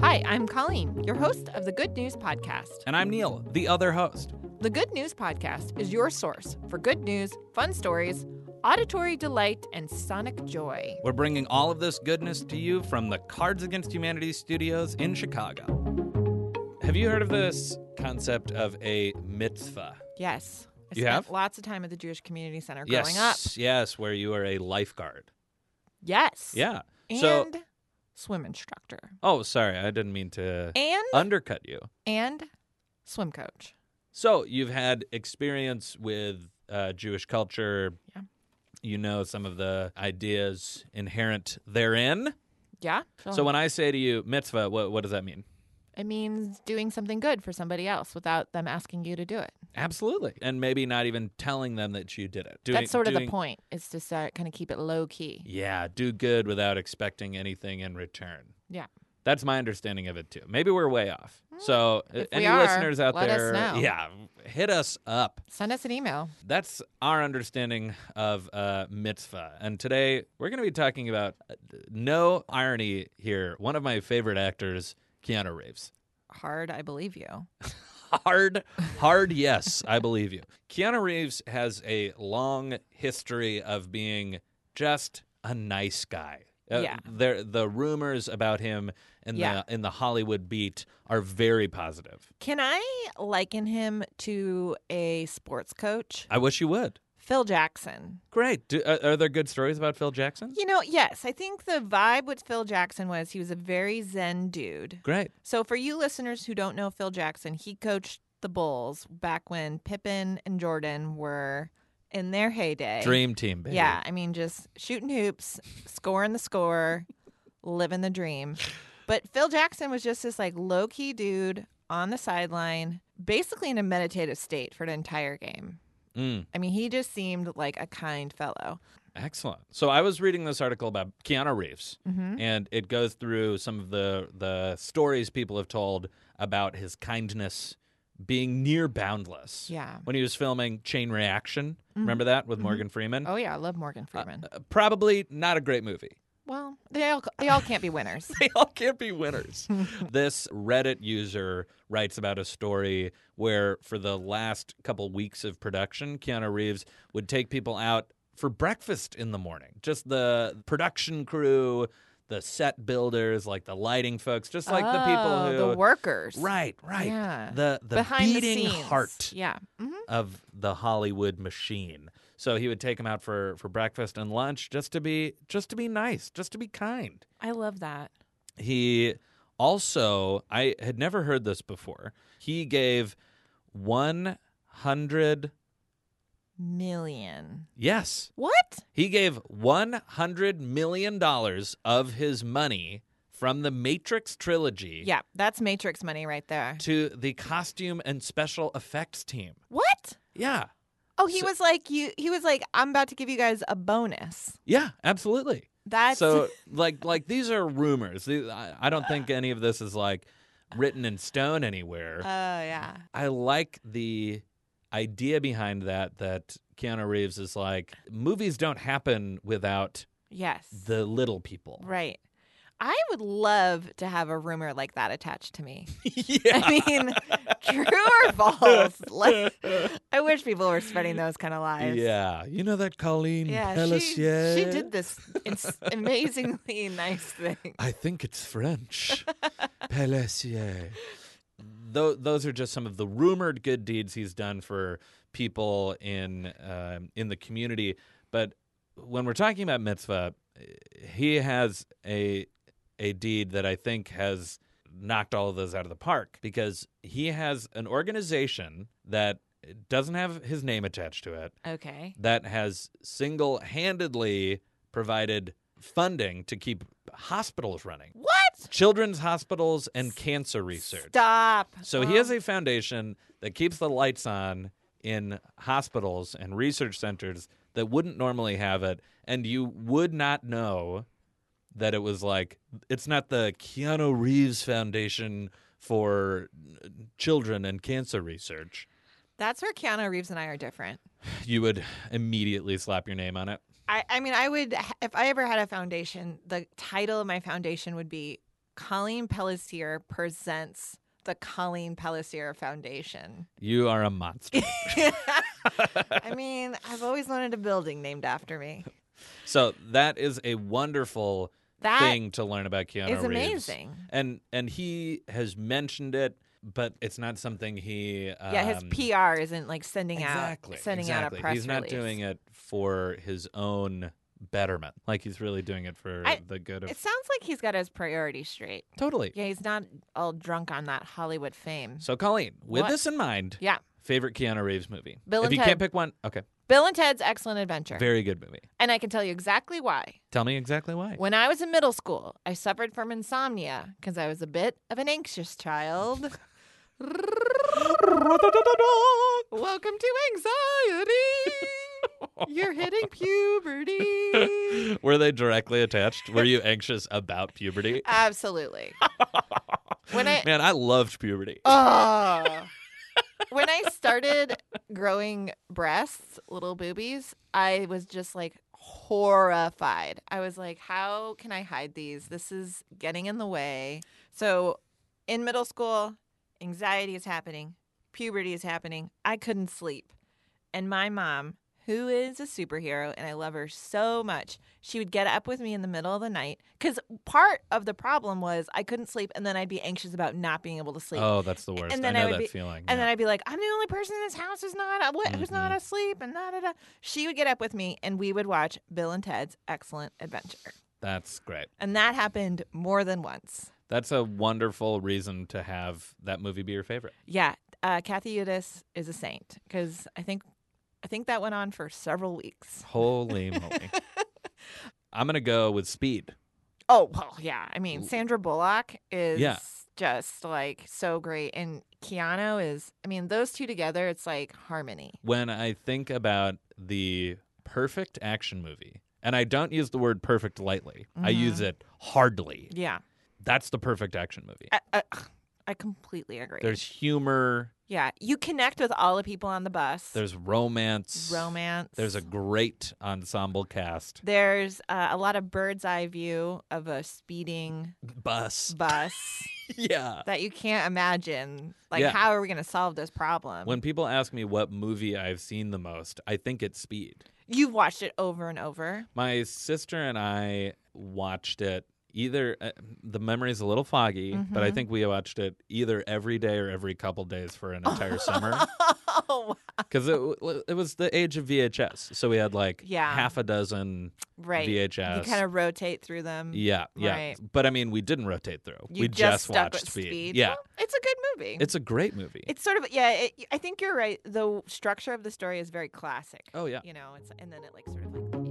Hi, I'm Colleen, your host of the Good News Podcast. And I'm Neil, the other host. The Good News Podcast is your source for good news, fun stories, auditory delight, and sonic joy. We're bringing all of this goodness to you from the Cards Against Humanity studios in Chicago. Have you heard of this concept of a mitzvah? Yes. I You spent have? lots of time at the Jewish Community Center growing up. yes, yes, where you are a lifeguard. Yes. Yeah. And so, swim instructor. oh, sorry, I didn't mean to And undercut you. and swim coach. So you've had experience with uh, Jewish culture. Yeah. You know some of the ideas inherent therein. Yeah. So when I say to you mitzvah, what, what does that mean? it means doing something good for somebody else without them asking you to do it. Absolutely. And maybe not even telling them that you did it. Doing, That's sort of doing- the point is to start kind of keep it low key. Yeah, do good without expecting anything in return. Yeah. Mm. That's my understanding of it too. Maybe we're way off. So, uh, If any we are, listeners out let us there, know. yeah, hit us up. Send us an email. That's our understanding of uh, mitzvah. And today we're going to be talking about uh, no irony here. One of my favorite actors, Keanu Reeves. Hard, I believe you. hard, hard yes, I believe you. Keanu Reeves has a long history of being just a nice guy. Uh, Yeah. there- the rumors about him in Yeah. the in the Hollywood beat are very positive. Can I liken him to a sports coach? I wish you would. Phil Jackson. Great. Do, uh, are, are there good stories about Phil Jackson? You know, yes, I think the vibe with Phil Jackson was he was a very zen dude. Great. So for you listeners who don't know Phil Jackson, he coached the Bulls back when Pippen and Jordan were in their heyday. Dream team, baby. Yeah, I mean, just shooting hoops, scoring the score, living the dream. But Phil Jackson was just this like low key dude on the sideline, basically in a meditative state for an entire game. Mm, I mean, he just seemed like a kind fellow. excellent. So I was reading this article about Keanu Reeves. Mm-hmm. and it goes through some of the the stories people have told about his kindness being near boundless. Yeah. When he was filming Chain Reaction, remember that with Mhm. Morgan Freeman? Oh yeah, I love Morgan Freeman. Uh, probably not a great movie. well, they all they all can't be winners. They all can't be winners. this Reddit user writes about a story where, for the last couple weeks of production, Keanu Reeves would take people out for breakfast in the morning. Just the production crew, the set builders, like the lighting folks, just like the people Oh, who the workers, Right, right. Yeah. The the behind beating the scenes. heart Yeah. hmm of the Hollywood machine. So he would take him out for for breakfast and lunch just to be just to be nice, just to be kind. I love that. He also, I had never heard this before. He gave 100 Million. yes, What? he gave 100 million dollars of his money from the Matrix trilogy Yeah, that's Matrix money right there. to the costume and special effects team. What? Yeah. Oh, he So- was like you. He was like, I'm about to give you guys a bonus. Yeah, absolutely. That's So, like, like these are rumors. The- I I don't think any of this is like written in stone anywhere. Oh yeah. I like the idea behind that. That Keanu Reeves is like, movies don't happen without Yes. the little people. right. I would love to have a rumor like that attached to me. yeah. I mean, true or false? Like, I wish people were spreading those kind of lies. yeah, you know that Colleen Yeah. She, Pelissier? she did this ins- amazingly nice thing. I think it's French. Pelissier. Tho- those are just some of the rumored good deeds he's done for people in um, in the community. But when we're talking about mitzvah, eh, he has a a deed that I think has knocked all of those out of the park because he has an organization that doesn't have his name attached to it Okay. that has single handedly provided funding to keep hospitals running What? children's hospitals and cancer research. Stop. So he has a foundation that keeps the lights on in hospitals and research centers that wouldn't normally have it, and you would not know that it was like it's not the Keanu Reeves Foundation for children and cancer research. That's where Keanu Reeves and I are different. You would immediately slap your name on it. I, I mean, I would, if I ever had a foundation, the title of my foundation would be Colleen Pellissier presents the Colleen Pellissier Foundation. You are a monster. I mean, I've always wanted a building named after me. so that is a wonderful That is thing to learn about Keanu Reeves. amazing. And and he has mentioned it, but it's not something he um, yeah, his PR isn't like sending exactly, out sending out exactly. a press He's not release. doing it for his own betterment. Like he's really doing it for I- the good of It sounds like he's got his priorities straight. totally. Yeah, he's not all drunk on that Hollywood fame. So Colleen, with What? this in mind, Yeah. favorite Keanu Reeves movie. Bill if and you Ted. can't pick one, okay, Bill and Ted's Excellent Adventure. very good movie. and I can tell you exactly why. Tell me exactly why. When I was in middle school, I suffered from insomnia because I was a bit of an anxious child. Welcome to anxiety. You're hitting puberty. Were they directly attached? Were you anxious about puberty? Absolutely. When I Oh, Man, I loved puberty. Ugh. Ah. when I started growing breasts, little boobies, I was just like horrified. I was like, how can I hide these? This is getting in the way. So in middle school, anxiety is happening, puberty is happening. I couldn't sleep. And my mom, who is a superhero and I love her so much, she would get up with me in the middle of the night because part of the problem was I couldn't sleep and then I'd be anxious about not being able to sleep. Oh, that's the worst. And then I I know would that be- feeling. And yeah. then I'd be like, I'm the only person in this house who's not uh, what, who's not Mhm. asleep, and da da da. She would get up with me, and we would watch Bill and Ted's Excellent Adventure, That's great. and that happened more than once. That's a wonderful reason to have that movie be your favorite. Yeah, uh, Kathy Udis is a saint because I think I think that went on for several weeks. Holy moly. I'm going to go with Speed. Oh well, yeah. I mean, Ooh. Sandra Bullock is Yeah. just like so great, and Keanu is. I mean, those two together, it's like harmony. When I think about the perfect action movie, and I don't use the word perfect lightly, I Mhm. use it hardly. Yeah, That's the perfect action movie. I, I, I completely agree. There's humor, Yeah, you connect with all the people on the bus. there's romance, romance. there's a great ensemble cast. there's uh, a lot of bird's eye view of a speeding Bus. bus Yeah. that you can't imagine. Like, Yeah. how are we going to solve this problem? When people ask me what movie I've seen the most, I think it's Speed. You've watched it over and over. My sister and I watched it either uh, the memory's a little foggy, but I Mhm. think we watched it either every day or every couple days for an entire summer oh, because it w- it was the age of VHS, so we had like Yeah. half a dozen right. You VHS. kind of rotate through them. yeah, yeah. Right. But I mean, we didn't rotate through. You we just, stuck watched with Speed. speed. Yeah, Well, it's a good movie. it's a great movie. it's sort of yeah. It, I think you're right. The structure of the story is very classic. oh yeah. You know, it's and then it like sort of like it peaks.